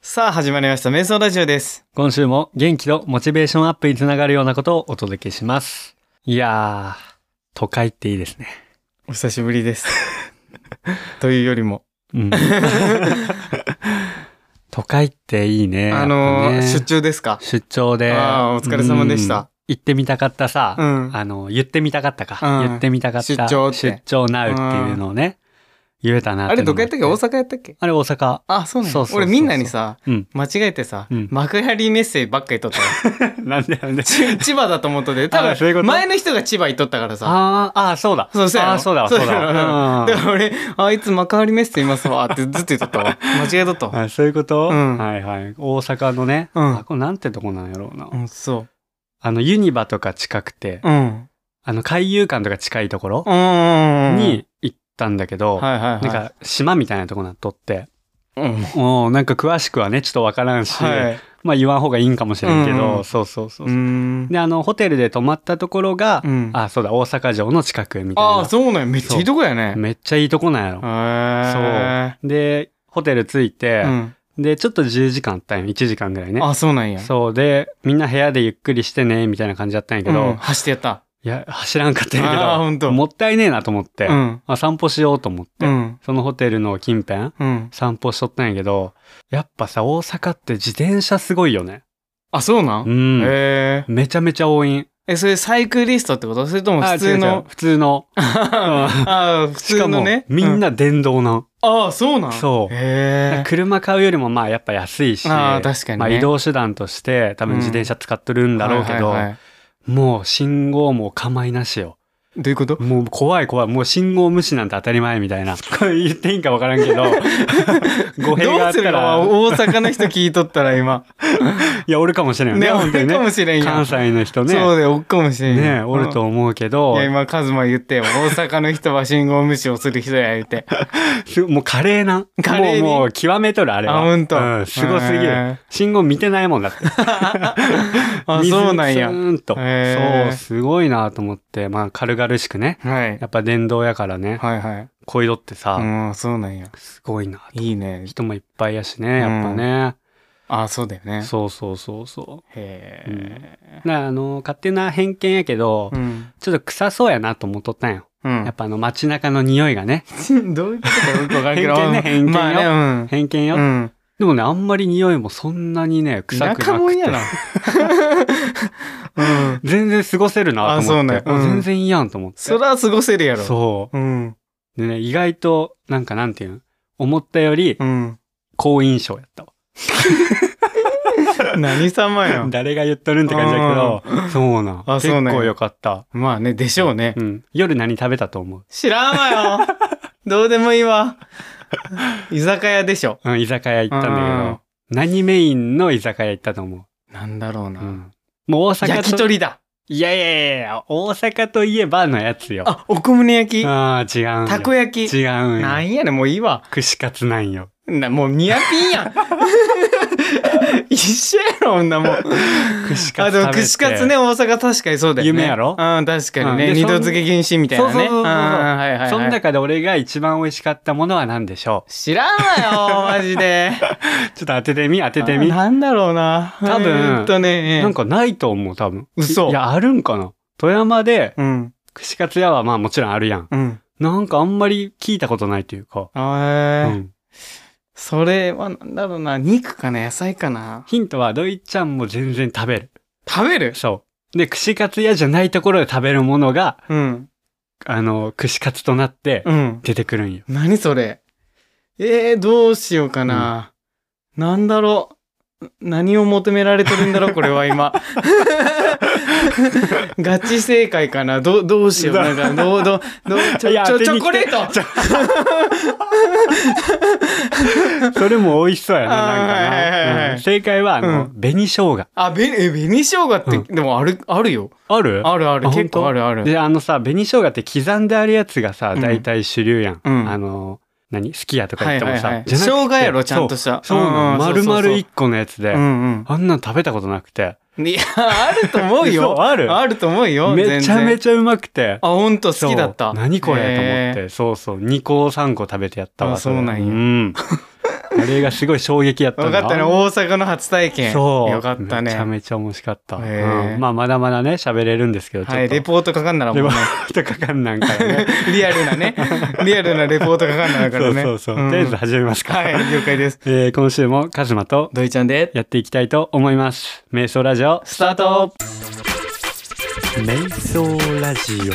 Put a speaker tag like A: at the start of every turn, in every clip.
A: さあ始まりました瞑想ラジオです
B: 今週も元気とモチベーションアップにつながるようなことをお届けします。いやー、都会っていいですね。
A: お久しぶりです というよりも、
B: うん。都会っていいね。
A: あのー
B: やっぱね
A: 出張ですか
B: 出張で。
A: あーお疲れ様でした
B: うん。行ってみたかったさ、
A: うん
B: あの、言ってみたかったか。
A: うん
B: 言ってみたかった。
A: 出張って
B: 出張なうっていうのをね、言えたな
A: あれどこやったっけ大
B: 阪
A: 阪やったっけ
B: あれ大阪。
A: あそうなの
B: そうそうそうそう
A: 俺みんなにさ
B: うん。
A: 間違えてさ、
B: うん
A: 幕張メッセばっかりとったよ
B: なんでなんで。
A: ち千葉だと思っとって多
B: あそういうこ
A: 分
B: と
A: 前の人が千葉行っとったからさ
B: あーあー、そうだ。
A: そうそうやろ
B: あーそうだわ、
A: そ
B: そうう
A: やろ
B: だわ。うん
A: だから俺あいつ幕張メッセいますわってずっと言っとった わ間違えとったわ
B: あそういうこと、
A: うん
B: はいはい。大阪のね、
A: うん
B: あこれなんてとこなんやろうな。
A: うんそ
B: あの、ユニバとか近くて、
A: ううん
B: あの、海遊館とか近いところ
A: うん
B: に行ったんだけど、
A: はいはいはい
B: なんか島みたいなとこなっとって、
A: うん
B: もうなんか詳しくはね、ちょっとわからんし、
A: はい
B: まあ言わん方がいいんかもしれんけど、
A: うんうん
B: そうそうそう
A: うーん
B: で、あの、ホテルで泊まったところが、
A: うん
B: あ、そうだ、大阪城の近くみたいな。
A: ああそうなんやめっちゃいいとこやね
B: めっちゃいいとこなんやろ。
A: へ
B: で、ホテル着いて
A: え、うん
B: で、ちょっと10時間あったんよ、1時間ぐらいね。
A: あそうなんや
B: そうで、みんな部屋でゆっくりしてね、みたいな感じだったんやけど、
A: うん
B: い
A: 走ってやった
B: や、走らんかったんやけ
A: あーほんと
B: ど、もったいねえなと思って、
A: うん
B: まあ、散歩しようと思って、
A: うん
B: そのホテルの近辺、
A: うん
B: 散歩しとったんやけど、やっぱさ、大阪って自転車すごいよね。
A: あそうな
B: うんん。
A: へえ
B: めちゃめちゃ多いん。
A: えそれサイクリストってことそれとも
B: あ
A: 普通
B: 違う違う
A: の
B: 普通の。
A: ああ普
B: し
A: 通
B: かも
A: のね
B: みん
A: う
B: な電動なん。
A: ああそうなん
B: そう
A: へえ
B: 車買うよりもまあやっぱ安いし、
A: ああ確かにね
B: まあ移動手段として多分自転車使っとるんだろうけど、
A: はいはいはい
B: もう信号も構いなしよ。
A: どういうこと
B: もう怖い怖い。もう信号無視なんて当たり前みたいな。これ言っていいんかわから んけど。語弊が
A: ど
B: あ
A: う
B: っ
A: す
B: た
A: る
B: ら
A: か。大阪の人聞いとったら今
B: いや、おるかもしれんよね。
A: ね
B: 本当に
A: 俺かも
B: ね。
A: しれんや
B: 関
A: ん
B: 西の人ね。
A: そうでおっかもしれんや
B: ね、
A: ん
B: おると思うけど
A: い、や今カズマ言ってよ大阪の人は信号無視をする人や言うて
B: すもう華麗な。
A: 華麗に
B: もう、もう極めとる、あれは。
A: あほんと
B: うん、すごすぎ
A: へ
B: る
A: ー。
B: 信号見てないもんだって。
A: あ
B: 水
A: そうなんや
B: スーンと。
A: へー
B: そう、すごいなと思って、まあ、軽々しくね。
A: はい
B: やっぱ電動やからね、
A: はいはい
B: こいどってさ、
A: うんそうなんや
B: すごいなと。
A: いいね
B: 人もいっぱいやしね、やっぱね。
A: あそうだよね
B: そうそうそうそう。
A: へえ
B: だからあの勝手な偏見やけど、
A: うん
B: ちょっと臭そうやなと思っとったんよ、
A: う
B: やっ
A: ん
B: ぱあの街中の匂いがね
A: どういうことかよくわからんけど
B: 偏見ね偏見よ
A: まあね
B: 偏見
A: う
B: よ、
A: んうん
B: でもねあんまり匂いもそんなにね臭く
A: 田舎
B: な
A: も
B: く
A: ん
B: て
A: やな うん
B: 全然過ごせるなと思って
A: あそうねうん
B: お全然いいやんと思って
A: そら過ごせるやろ
B: そ
A: うん
B: うでね意外となんかなんていうん思ったより
A: うん
B: 好印象やったわ、
A: 何様 よ
B: 誰が言っとるんって感じだけど、そうなん
A: あ
B: 結
A: そうね
B: 構よかった、
A: まあねでしょうね
B: うん、夜何食べたと思う、
A: 知らんわよどうでもいいわ居酒屋でしょ
B: うん、居酒屋行ったんだけど、
A: うん
B: 何メインの居酒屋行ったと思う
A: なんだろうな、
B: うんもう大阪と
A: 焼き鳥だ
B: いやいやいやいや大阪といえばのやつよ。
A: あお米焼き
B: あー違うんよ。
A: たこ焼き
B: 違うん
A: な
B: よ。
A: んやねんもういいわ
B: 串カツなん よ。
A: なもうニアピン やん一緒やろ女もう
B: 串カ
A: あ
B: ツ食べ
A: で
B: て。
A: も串カツね。大阪確かにそうだよね
B: 夢やろ
A: うん確かに
B: う
A: ね
B: んで
A: 二
B: そん
A: 度漬け禁止みたいなね
B: そうそうそうそうそ
A: あ
B: う
A: ーはいはい、はい、
B: その中で俺が一番美味しかったものは何でしょ
A: 知らんわよマジで
B: う ちょっと当ててみ当ててみ。
A: あ
B: な
A: なんだろうな
B: 多分
A: えーっとね
B: んかないと思う多分。
A: 嘘
B: いやあるんかな。富山で
A: うん
B: 串カツ屋はまあもちろんあるやん。
A: うん
B: なんかあんまり聞いたことないというか。う
A: あー
B: ん、
A: それはなんだろうな肉かな野菜かな
B: ヒントはドイちゃんも全然食べる。
A: 食べる
B: そう。で串カツ屋じゃないところで食べるものが
A: うん
B: あの串カツとなって
A: うん
B: 出てくるんよ。
A: 何それえー、どうしようかな、なんだろう何を求められてるんだろうこれは今 ガチ正解かなどうどうしようなんかどうどうどうちょ
B: いや
A: ちょ
B: 当て
A: チ
B: に
A: ョ
B: 来
A: コレ
B: て
A: ート
B: それも美味しそうやな、なん
A: あーはいは
B: か
A: いはいは
B: なう
A: い
B: ん。正解は、あの、紅生姜。
A: あべえ紅生姜って、
B: うん
A: でもあるあるよ
B: ある
A: あるある
B: あ
A: 結構あ
B: 本
A: るある
B: で、あのさ、紅生姜って刻んであるやつがさ、
A: うん
B: 大体主流やん。
A: うん
B: あの、何好きやとか
A: は
B: 言
A: い
B: っても
A: はい
B: さ、
A: はい
B: じ
A: 生
B: ゃなくて
A: 姜やろちゃんとした
B: そうそうなの。丸々一個のやつで、
A: 個うん
B: あんなん食べたことなくて。
A: うんいやあると思うよ
B: 嘘ある
A: あると思うよ
B: めちゃめ
A: ち
B: ちゃうまくて。
A: ゃあ本当好きだった
B: そう何これと思っ
A: へ
B: て。そうそう。2個3個食べてやった
A: あ
B: わ。れ
A: そうなんや
B: うん。あれがすごい衝撃やった
A: 分
B: ん
A: か
B: だ
A: ったね。大阪の初体験。
B: そう。
A: よかった
B: めちゃ
A: ね。
B: めちゃ面白かった。
A: へー
B: うんまあ、まだまだね、喋れるんですけど、ちょっと。
A: はい、レポート書かんならもうね
B: レ。ポートかかんなんからね。
A: リアルな ね。リアルなレポート書 かんならからね。
B: そうそうそう。
A: ん
B: とりあえず始めますか。
A: はい、了解です。
B: えー今週もカズマと
A: ドイちゃんで、
B: やっていきたいと思います。瞑想ラジオ。
A: スタート
B: 瞑想ラジオ。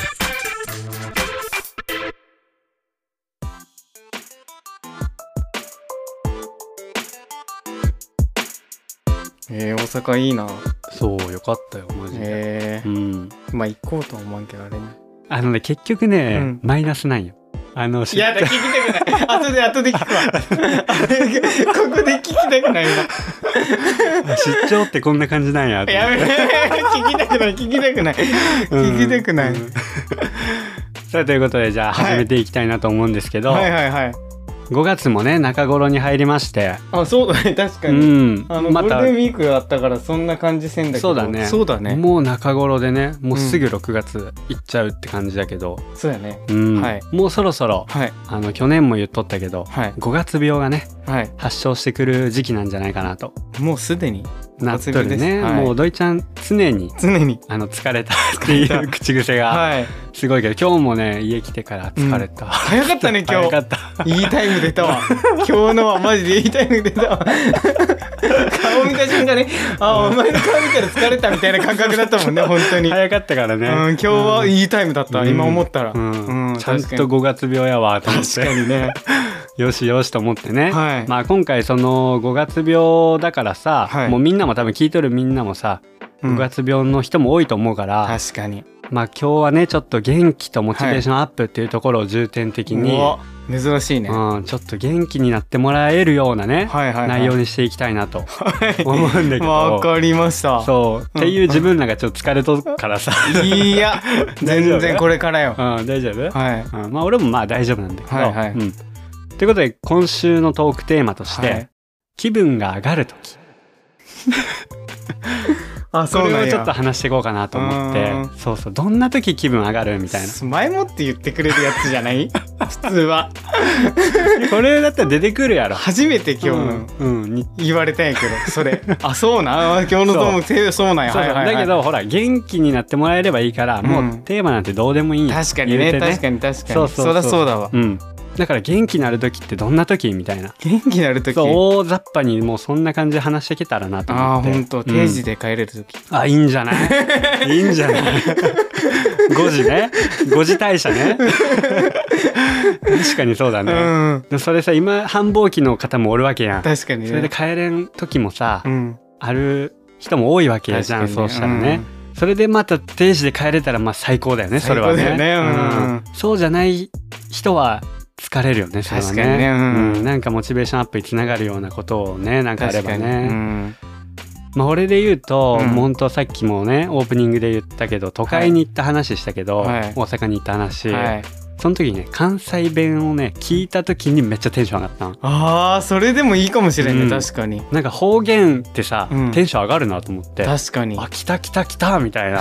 A: えー、大阪いいな。
B: そう、よかったよ、マジで。
A: え
B: うん。
A: ー、まあ行こうとは思わんけど、あれね。
B: あのね、結局ね、
A: うん
B: マイナスなんよ。あの、し
A: やだ、聞きたくない。後で、後で聞 くわ。ここで聞きたくないわ。
B: 出張ってこんな感じなんやと思っ
A: や
B: て。
A: めろやめろ聞きたくない、聞きたくない。聞きたくない。
B: うんさあということでじゃあ
A: はい
B: 始めていきたいなと思うんですけど、
A: はいはいはい。
B: 5月もね中頃に入りまして、
A: あ、そう だね、確か
B: う
A: に。
B: ん、
A: あの、
B: ま
A: ゴー
B: た
A: ルデンウィークがあったから、そんな感じせんだけど。
B: そうだね
A: そうだね。
B: もう中頃でねもうすぐ6月行っちゃうって感じだけど、
A: そうだね。
B: うん
A: はい
B: もうそろそろ
A: はい。
B: あの去年も言っとったけど
A: はい。
B: 5月病がね
A: はい。
B: 発症してくる時期なんじゃないかなと
A: もうすでに、
B: なっとる
A: です
B: ね、
A: はい
B: もう土井ちゃん常に
A: 常に。
B: あの疲れたっていう口癖が
A: はい。
B: すごいけど今日もね家来てから疲れた、
A: 早かったね、今
B: 早か
A: 日。
B: った
A: いいタイム出た わ。今日のはマジでいいタイム出たわ。顔見た瞬間ね、あ、お前の顔見たら疲れたみたいな感覚だったもんね、本当に。
B: 早かったからね、
A: うん、今日はいいタイムだった、
B: うん
A: 今思ったら、
B: うん
A: うん
B: ちゃん
A: 確か
B: と
A: に
B: 5月病やわと思っ
A: 確か
B: て
A: にね
B: よしよしと思ってね、
A: はい
B: まあ、今回その5月病だからさ、
A: はい
B: もうみんなも多分聞いとるみんなもさ
A: うん
B: 5月病の人も多いと思うから、
A: 確かに
B: まあ、今日はねちょっと元気とモチベーションアップっていうところを重点的に、
A: うわ珍しいね、は
B: うん、ちょっと元気になってもらえるようなね、
A: いはい、はい、
B: 内容にしていきたいなと思うんだけ
A: わ
B: ど。
A: かりました
B: そうっていう自分らがちょっと疲れとるからさ、
A: いや
B: 大丈
A: 全
B: 夫
A: 然これからよ
B: うん、大丈夫、
A: はい
B: うん、まあ俺もまあ大丈夫なんだけど。
A: はいはい
B: うん、ということで今週のトークテーマとして、
A: はい
B: 気分が上がる時
A: あ
B: これをちょっと話していこうかなと思って
A: う
B: そうそうどんな時気分上がるみた いな
A: 前もって言ってくれるやつじゃない 普通は
B: これだったら出てくるやろ。
A: 初めて今日の
B: うんうんに
A: 言われたんやけどそ れあそうなんあ今日のトークテーマそうなんや
B: そう
A: はい
B: そう
A: はい、はい、
B: だけどほら元気になってもらえればいいから、もうんうテーマなんてどうでもいいんや
A: 確かに
B: 言
A: ね
B: うて
A: 確かに確かに
B: そ
A: そうう
B: そうそう
A: だそうだわ
B: うん、だから元気になる時ってどんな時みたいな
A: 元気になる時
B: そう大雑把にもうそんな感じで話していけたらなと
A: あ
B: 思
A: あ
B: って
A: 本当
B: うん
A: 定時で帰れる時、
B: あ、いいんじゃない いいんじゃない ?5 時ね。5時退社ね。確かにそうだ
A: う
B: ね。
A: ん、
B: でもそれさ、今、繁忙期の方もおるわけやん。
A: 確かにね
B: それで帰れん時もさ、
A: うん
B: ある人も多いわけやじゃん、
A: 確か
B: そう
A: に
B: したらね。それでまた定時で帰れたらまあ最高だよね、それはね。
A: 最高だよねうん
B: うんそうじゃない人は疲れるよね、それはね。
A: 確かにねうん
B: なんかモチベーションアップにつながるようなことをね、なん
A: うん
B: かあれ
A: 確
B: ば
A: かに、
B: ね。
A: うん、
B: まあ、俺で言うと、
A: うん
B: 本当さっきもねオープニングで言ったけど都会に行った話したけど、
A: はい
B: 大阪に行った話、
A: はい
B: その時にね関西弁をね聞いた時にめっちゃテンション上がったの
A: あーそれでもいいかもしれんね、
B: うん
A: 確かに
B: なんか方言ってさ、
A: うん
B: テンション上がるなと思って「あ
A: 確かにあ
B: 来た来た来た」みたい な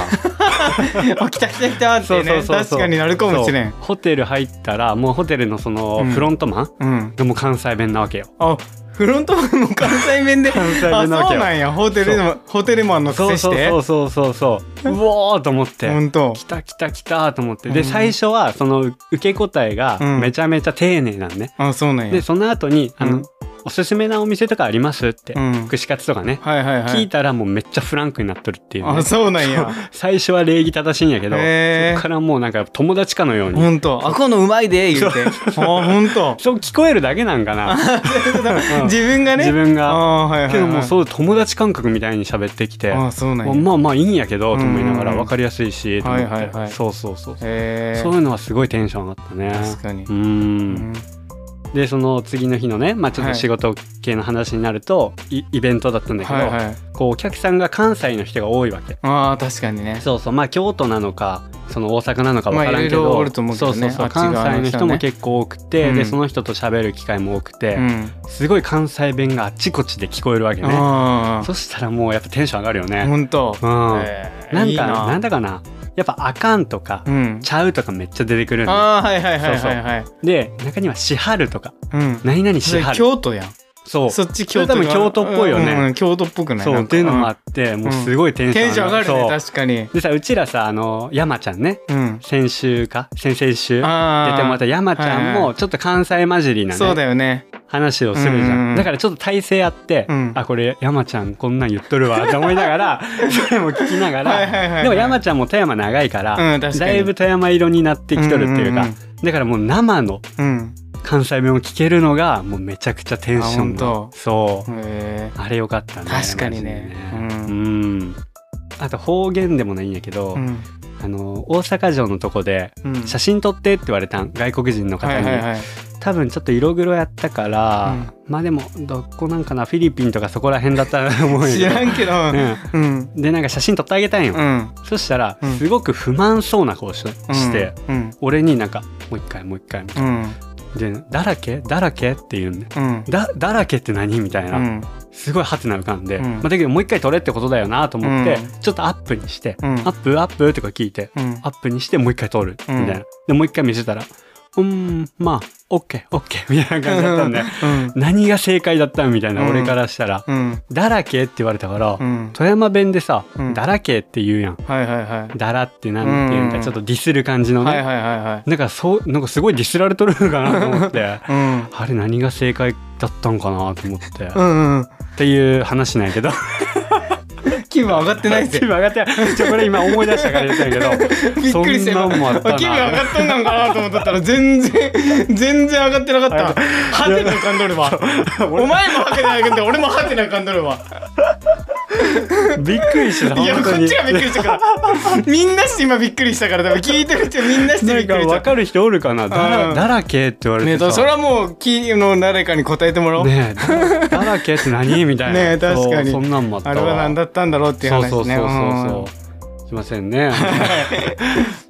A: 来た来た来たってね確かになるかもしれん
B: そうホテル入ったらもうホテルのその
A: うん
B: フロントマン
A: うん
B: でも関西弁なわけよ、
A: あフロントマンも関西弁であ
B: 関西
A: そう
B: 弁なわけよ
A: なんやホテルのホテルマンのく
B: そう
A: せし
B: そう
A: て
B: そうそうそうそううおーと思って
A: 本当
B: 来た来た来たと思ってで、
A: うん
B: 最初はその受け答えが
A: うん
B: めちゃめちゃ丁寧なんね、
A: あそうなんや
B: でその後にあの、
A: うん
B: おすすめなお店とかあります?」って、
A: うん
B: 串カツとかね、
A: はいはいは
B: 聞い
A: い
B: たらもうめっちゃフランクになっとるっていうね、
A: あそうなんや
B: 最初は礼儀正しいんやけど、
A: へー
B: そっからもうなんか友達かのように、
A: 本当あこのうまいで言うてあ本当
B: そう聞こえるだけなんかな、うん
A: 自分がね
B: 自分が。
A: あーはいはいはい
B: けどもうそう友達感覚みたいに喋ってきて。
A: あそうなんや
B: まあまあまあいいんやけどと思いながら
A: うん
B: 分かりやすいしと思って、
A: はいはいはい
B: そうそうそう、
A: へえ
B: そういうのはすごいテンション上がったね
A: 確かに
B: う
A: うんん
B: でその次の日のね、まあ、ちょっと仕事系の話になると、いイベントだったんだけど、
A: はいはい
B: こうお客さんが関西の人が多いわけ
A: あー確かにね
B: そうそうまあ京都なのかその大阪なのか分からんけど,、
A: まあいろいろおると思うけどね
B: そうそうそう
A: あっち側
B: 関
A: の人
B: 西の人も
A: ね
B: 結構多くて、
A: うん
B: でその人と喋る機会も多くて、
A: うん
B: すごい関西弁があっちこっちで聞こえるわけね
A: あ
B: そしたらもうやっぱテンション上がるよ
A: あ
B: ね、
A: 本当
B: うん
A: へー
B: なんか
A: いい
B: なんだかなやっぱ「あかん」とか「
A: うん
B: ちゃう」とかめっちゃ出てくるんで
A: ああはいはいはいはいはい
B: で中には「しはる」とか
A: うん
B: 「何々し
A: それ
B: はる」
A: 京都やん
B: そう
A: そっち京都
B: それ多分京都っぽいよね
A: うんうん京都っぽくない
B: そう
A: な
B: っ
A: んか
B: ていうのもあって、もうすごいテ
A: う
B: ン
A: ん
B: ション
A: テンション上がるね
B: そう
A: 確かに
B: でさうちらさあの山ちゃんね
A: うん
B: 先週か先々週出ても
A: あー
B: らった山ちゃん
A: はい
B: もちょっと関西混じりな
A: そう
B: ね
A: だよね
B: 話をするじ
A: うんうん
B: ゃ
A: うんん
B: だからちょっと体勢あって
A: うん
B: あこれ山ちゃんこんなん言っとるわって思いな がらそれも聞きなが
A: はいはいはいは
B: ら
A: い
B: でも山ちゃんも富山長いから
A: うん確かに
B: だいぶ富山色になってきとるっていう
A: うん
B: か
A: うん
B: だからもう生の
A: うん
B: 関西弁を聞けるのがもうめちゃくちゃテンシ
A: あ
B: ョン
A: ほ
B: の
A: んと
B: そう
A: へ
B: あれよかったね
A: 確かにね
B: マジでねうんあと方言でもないんやけど
A: ーうん
B: あの大阪城のとこで
A: うん
B: 写真撮ってって言われたん外国人の
A: は
B: 方
A: い
B: に、
A: はいはい
B: 多分ちょっと色黒やったから、まあでもどこなんかなフィリピンとかそこら辺だったら思う
A: 知ら
B: よ、
A: んけど
B: うん、
A: うん
B: でなんか写真撮ってあげたんよ、
A: うん
B: そしたら
A: うん
B: すごく不満そうな顔し,、して
A: うん
B: 俺になんかもう一回もう一回
A: うん
B: で「だらけだらけ?」って言うんで
A: うん
B: だだらけって何みたいな、
A: うん
B: すごいハテナ浮かんで、
A: うん
B: まあ、だけどもう一回撮れってことだよなと思って、
A: う
B: ちょっとアップにして「
A: うん
B: アップアップ」とか聞いて
A: うん
B: アップにしてもう一回撮るみたいな、
A: うん
B: でもう一回見せたら「うーんまあオッケーオッケー」みたいな感じだったんで
A: うん
B: 何が正解だったんみたいな、
A: うん
B: 俺からしたら
A: うん
B: 「だらけ」って言われたから、
A: うん
B: 富山弁でさ「
A: うん
B: だらけ」って言うやん
A: はいはいはい
B: 「だら」ってなんていうんか、
A: うん
B: ちょっとディスる感じのね、
A: はいはいはいはい
B: なんかそうなんかすごいディスられとるのかなと思って
A: うん
B: あれ何が正解だったんかなと思って、っ
A: うんうん
B: ていう話なん やけど
A: 気分上がってないぜ
B: 気分上がってないちょこれ今思い出したから言ったんやけど
A: びっくりして
B: そんなんもあったな
A: 気分上がっとんなんかなと思っとったら全然全然上がってなかったハテナ浮かんどる わお前もハテナ浮かんで俺もハテナ浮かんどるわ
B: びっくりしてた
A: いやこ
B: 本当
A: っ
B: に
A: ちがびっくりしたからみんなして今びっくりしたから多分聞いてる人みんなして
B: な
A: びっ
B: んか
A: くりし
B: 分
A: た
B: かる人おるかなだ
A: う
B: ら
A: ん
B: だらけって言われ
A: ね
B: て
A: えだ
B: さ
A: からそれはもうキーの誰かに答えてもらおうね
B: ねえだだらけって何みたいな
A: え確かに
B: そうそんなんもあった
A: あ
B: わ
A: れは何だったんだろうっていう話ね
B: そうそうそう
A: うん
B: そうそうすいませ んね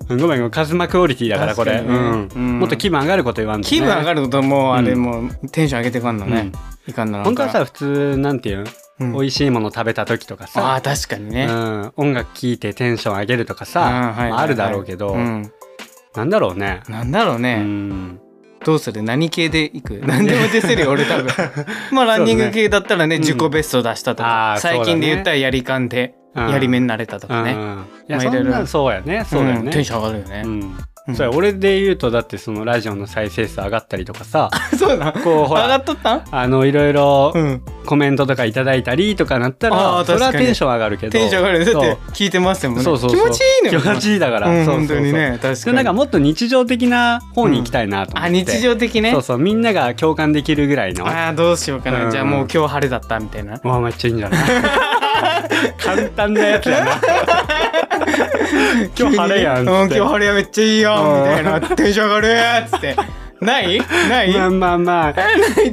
B: ごめんごめんカズマクオリティだからこれ、
A: 確かにね
B: う
A: うん
B: ん、もっと気分上がること言わんと、ね、
A: 気分上が
B: る
A: るともうあれもうテンション上げていかんのねいかんのなん
B: 本当
A: か
B: はさ普通なんていうの、
A: うん
B: 美味しいもの食べた時とか
A: あ
B: さ
A: あ確かに
B: う
A: ね
B: ん、音楽聴いてテンション上げるとかさ、
A: あーはいはい
B: ま
A: は
B: あ、
A: い
B: あるだろうけど、
A: うん
B: なんだろうね、
A: なんだろう
B: う
A: ね
B: ん、
A: どうする何系でいく何でも出せるよ俺 多分まあランニング系だったらね
B: うん
A: 自己ベスト出したとか
B: あー
A: 最近で言った
B: そうだ
A: らやりかんで
B: うん
A: やり目になれたとか
B: う
A: ね
B: んい
A: ま
B: や、
A: あ
B: そ
A: いろい
B: ん
A: ろ
B: なんそうやねそうだよ
A: ん
B: ね、
A: テンション上がるよね
B: うん
A: うん
B: そうや俺で言うとだってそのラジオの再生数上がったりとかさ
A: そうなん上
B: こうほ
A: が
B: ら
A: っとったん
B: あのいろいろ
A: うん
B: コメントとかいただいたりとかなった
A: あ
B: ら
A: ー
B: それは
A: 確かに
B: テンション上がるけど
A: テンション上がるよねだって聞いてますよもんね
B: そうそう
A: 気
B: そうそう
A: 持ちいいのよ
B: 気持ちいいだから、
A: うん
B: そうそう
A: 本
B: そう
A: 当にね確
B: で
A: か
B: なんか
A: に
B: もっと日常的な方に行きたいなと思
A: あ
B: って、
A: 日常的ね
B: そうそうみんなが共感できるぐらいの
A: ああどうしようか
B: う
A: なんじゃあもう今日晴れだったみたいな
B: わあめっちゃいいんじ ゃない簡単なやつやな
A: 急にねうん今日
B: 今日晴れやんっつって
A: 晴れやめっちゃいいよみたいなテンション上がるーっつってないない
B: まあまあまあ
A: 違う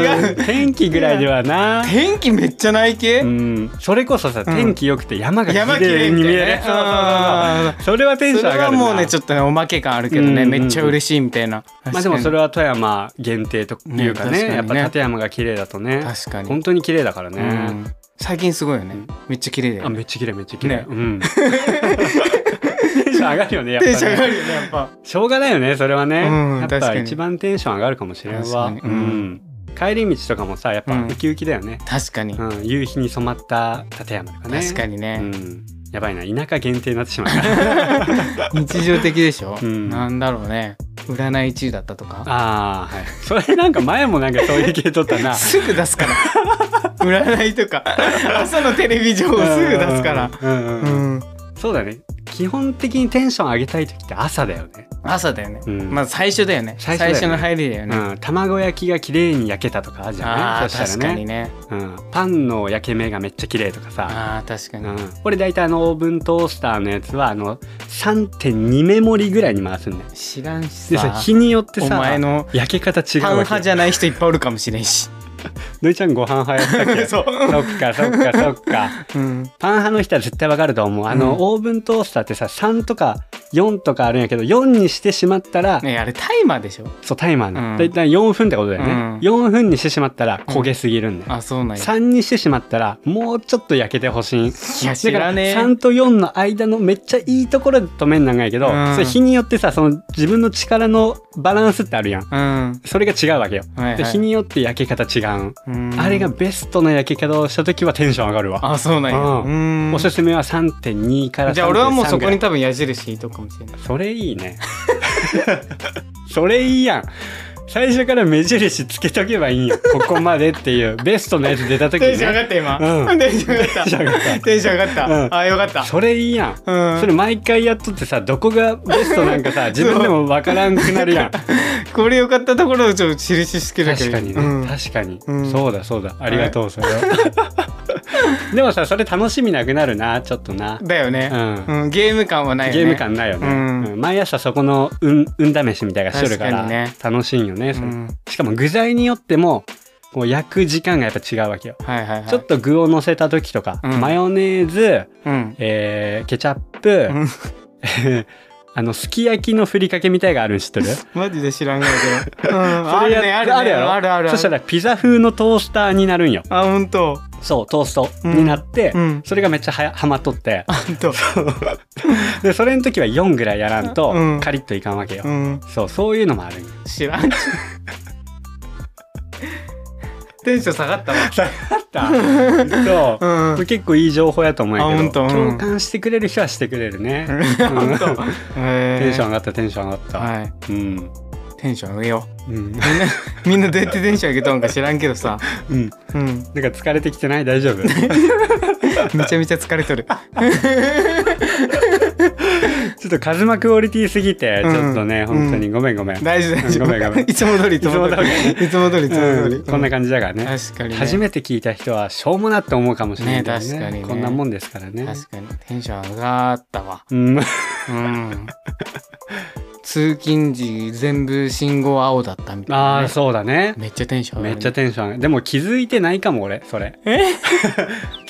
A: 違う
B: 天気ぐらいではな
A: 天気めっちゃない系、
B: うんそれこそさ天気良くて山が
A: 山
B: 綺
A: 綺
B: 麗
A: 麗み
B: に見
A: たい
B: え
A: な
B: る
A: ね
B: そうそうそうそうそれはテンシ
A: そ
B: ョン
A: れ
B: 上が
A: は
B: るな
A: もうねちょっとねおまけ感あるけどね、
B: うん
A: めっちゃ嬉しいみたいな
B: まあでもそれ
A: は
B: は富山限定というか
A: うん
B: ね
A: 確かにね
B: やっぱ立山が綺麗だとね
A: 確かに
B: 本当に綺麗だからね、
A: うん最近すごいよね、めっちゃ綺麗だ
B: あ
A: よね
B: めっちゃ綺麗めっちゃ綺麗、
A: ね
B: うんテンション上がるよねやっぱ
A: テン
B: ね
A: ション上がるよねやっぱ
B: しょうがないよねそれはね、
A: うん
B: やっ
A: 確
B: ぱ
A: かに
B: 一番テンション上がるかもしれんわ、
A: 確
B: う
A: かにうん
B: ん、帰り道とかもさやっぱ
A: うん
B: ウキウキだよね、
A: 確かに、
B: うん夕日に染まった立山とかね
A: 確かにね、
B: うん、やばいな田舎限定になってしまった
A: 日常的でしょ、
B: うん
A: なんだろうね占い1位だったとか
B: あーはいそれなんか前もなんかそういう系とっ たな
A: すぐ出すから占いとか朝のテレビ情報すぐ出すから、
B: うんうんうん
A: う
B: うん
A: ん、
B: そうだね基本的にテンション上げたい時って朝だよね、
A: 朝だよね、
B: うん
A: まあ最初だよね
B: 最
A: 最
B: 初だよね
A: 初の入りだよね、
B: うん、卵焼きが綺麗に焼けたとかあるじゃ
A: あ
B: な
A: あ
B: いそした
A: 確
B: ら
A: か
B: ね
A: にね
B: うん、パンの焼け目がめっちゃ綺麗とかさ、
A: ああ確か
B: う
A: に、
B: ん、俺大体あのオーブントースターのやつはあの3.2メモリぐらいに回すんだよ
A: 知らんし
B: でさ
A: さ
B: 日によって
A: お
B: さ
A: 前の
B: 焼け方違
A: パ
B: う
A: ン
B: わけ
A: 派じゃない人いっぱいおるかもしれんし
B: のいちゃんご飯派やったっ け
A: そう
B: そっかそっかそっか
A: うん
B: パン派の人は絶対わかると思うあの、
A: うん
B: オーブントースターってさ3とか4とかあるんやけど4にしてしまったら、
A: ねあれタイマーでしょ
B: そうタイマーね、
A: うん
B: だいたい4分ってことだよね、
A: うん
B: 4分にしてしまったら焦げすぎるんだよ、
A: あそうなんや
B: 3にしてしまったらもうちょっと焼けてほしい
A: いや
B: だ
A: 知
B: からら
A: ねえ
B: 3と4の間のめっちゃいいところで止めんなんやけど、
A: うん
B: それ日によってさその自分の力のバランスってあるやん
A: うん
B: それが違うわけよ、
A: はいはい
B: で日によって焼け方違うん、
A: うん
B: あれがベストな焼け方をした時はテンション上がるわ
A: あそうなんや
B: うん
A: うん
B: おすすめは3.2から3.3
A: じゃあ俺はもうそこ
B: ぐら
A: に
B: い
A: 多分矢印とくかもしれない
B: それいいね それいいやん最初から目印つけとけばいいんよここまでっていうベストなやつ出た時
A: テン
B: に、
A: ション上
B: ね、
A: がった今、
B: うん
A: テンション上が
B: テンショ
A: っ
B: ン上がった
A: たテンション上がった、
B: うん
A: あよかった
B: それいいやん
A: うん
B: それ毎回やっとってさどこがベストなんかさ自分でも分からんくな るやん
A: これよかったところをちょっと印つけなきゃ
B: 確
A: い
B: か
A: け
B: にね、
A: うん
B: 確かに、
A: うん
B: そうだそうだありがとうそれは でもさそれ楽しみなくなるなちょっとな、
A: だよね、
B: う
A: うんゲーム感はないよね
B: ゲーム感ないよね、
A: うん
B: うん毎朝そこの運運試しみたいなのしとるか
A: 確か
B: ら
A: にね
B: 楽しいんよね
A: う
B: それ、
A: ん
B: しかも具材によってもこう焼く時間がやっぱ違うわけよ、
A: はいはいはい
B: ちょっと具を乗せた時とか、
A: うん
B: マヨネーズ、
A: うん
B: えーケチャップ、
A: うん
B: あのすき焼きのふりかけみたいがあるん知ってる
A: マジで知らんがけど、うん、 あ
B: それ
A: る
B: や
A: ねあるね
B: あるやろ
A: あるある
B: そした
A: ら
B: らピザ風のトースターになるんよ
A: あ本当
B: そうトースト
A: うん
B: になって、
A: うん
B: それがめっちゃははまっとって
A: 本当
B: でそれの時は4ぐらいやらんと
A: うん
B: カリッといかんわけよ、
A: うん
B: そうそういうのもあるんよ
A: 知らんちテンション下がったわ
B: あったそう
A: う、ん
B: これ結構いい情報やと思うん
A: あ
B: や
A: ほん
B: けど、
A: とうん
B: 共感してくれる人はしてくれるね、
A: 本当
B: テ
A: テ
B: ンション上がったテンション上がった、
A: はい
B: うん
A: テンション上げよ
B: うん
A: うみんなみんなどうやってテンション上げたのか知らんけどさ
B: うん、なんか
A: うん
B: 疲れてきてない大丈 夫
A: めちゃめちゃ疲れとる
B: ちょっとカズマクオリティすぎてち
A: うん
B: ょっとね、本当にごめんごめん、
A: 大丈夫大丈
B: ごめんごめん
A: 夫いつも通りいつも通りいつも通りいつも通り
B: うんこんな感じだからね、
A: 確かにね
B: 初めて聞いた人はしょうもなって思うかもしれないけど
A: ね確かにね
B: こんなもんですからね。
A: 確かにテンション上がったわ
B: うん、
A: うん通勤時全部信号青だったみたい
B: あ
A: な
B: あ
A: ね
B: そうだね。
A: めっちゃテンション上が
B: めっ
A: る
B: ちゃテンション上がるでも気づいてないかも俺それ。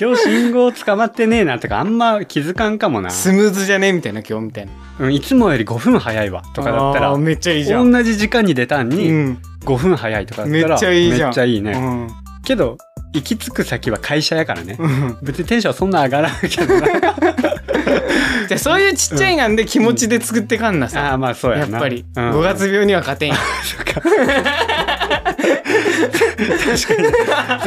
B: 今日信号捕まってねえなとかあんま気づかんかもな。
A: スムーズじゃねみたいな今日みたいな
B: うんいつもより5分早いわとかだった
A: あー
B: ら。
A: めっちゃいいじゃん
B: 同じ時間に出たん
A: う
B: に
A: ん
B: 5分早いとかだったら
A: めっちゃいいじゃん
B: めっちゃいいね、
A: うん
B: けど行き着く先は会社やからね、
A: うん
B: 別にテンションそんな上がらんけどな
A: じゃあそういうちっちゃいなんで気持ちで作ってかんな
B: あ
A: さ、
B: あまあそう
A: や
B: や
A: っ
B: な
A: ぱり、
B: うん
A: 五月病には勝てん よ
B: そう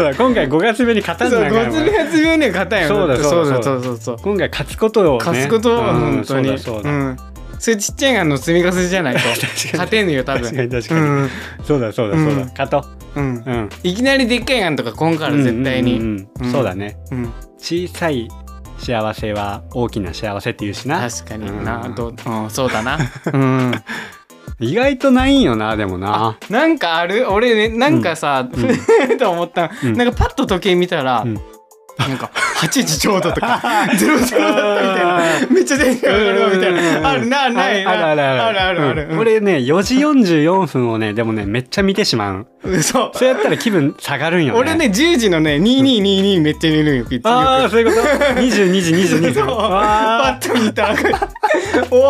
B: だ今回5月目に勝たん
A: そう
B: ないから
A: 五月病には勝たんよ
B: そうだそうだ
A: そうだそうそうそう
B: 今回勝つことをね
A: 貸すことは
B: うん
A: 本当に、うん、
B: そ
A: そう
B: だそうだ、
A: いうちっちゃいがんの積み重ねじゃ ないと
B: かに
A: 勝てんのよ多
B: 確か
A: 分
B: に確
A: う
B: かに、
A: ん
B: そうだそう
A: う
B: だそうだ、
A: ん
B: 勝と
A: うん
B: う、うん、
A: いきなりでっかいがんとかこんから絶対
B: うん
A: に
B: うんうん
A: うん
B: そうだね
A: うん
B: 小さい幸せは大きな幸せっていうしな
A: 確かにな、
B: うん
A: どううん、そうだなうん
B: 意外とないんよなでもな
A: なんかある俺ねなんかさ、
B: ん
A: と思った、
B: うん
A: なんかパッと時計見たら、
B: うん
A: なんか8時ちょうどと か0時ちょうどだったみたいなめっちゃテンション上がるわみたいなあるなないな
B: あるあるある
A: あるあるある
B: うん俺ね4時44分をねでもねめっちゃ見てしまう
A: うん嘘
B: そうやったら気分下がるんよね
A: 俺ね10時のね2222めっちゃ見るんよいつもよ
B: ああそういうこと22時22時
A: そうパ
B: あ
A: ッと見たお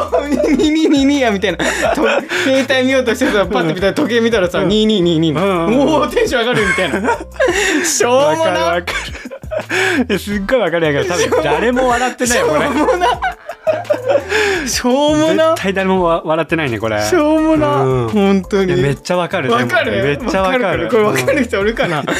A: ー2222やみたいなと携帯見ようとしてさパッと見たら時計見たらさ2222
B: うんうん
A: おおーテンション上がるみたいなしょう
B: ーわ
A: も
B: かる
A: な
B: わかるいやすっごいわかるやけど多分誰も笑ってないよこれ
A: しょうもなしょうもな
B: 絶対誰もわ笑ってないねこれ
A: しょうもな、
B: うん
A: 本当
B: いやめっ
A: に
B: ちゃわかるでも
A: わかる
B: めっちゃわかる
A: これわか
B: うん
A: る人おるかな、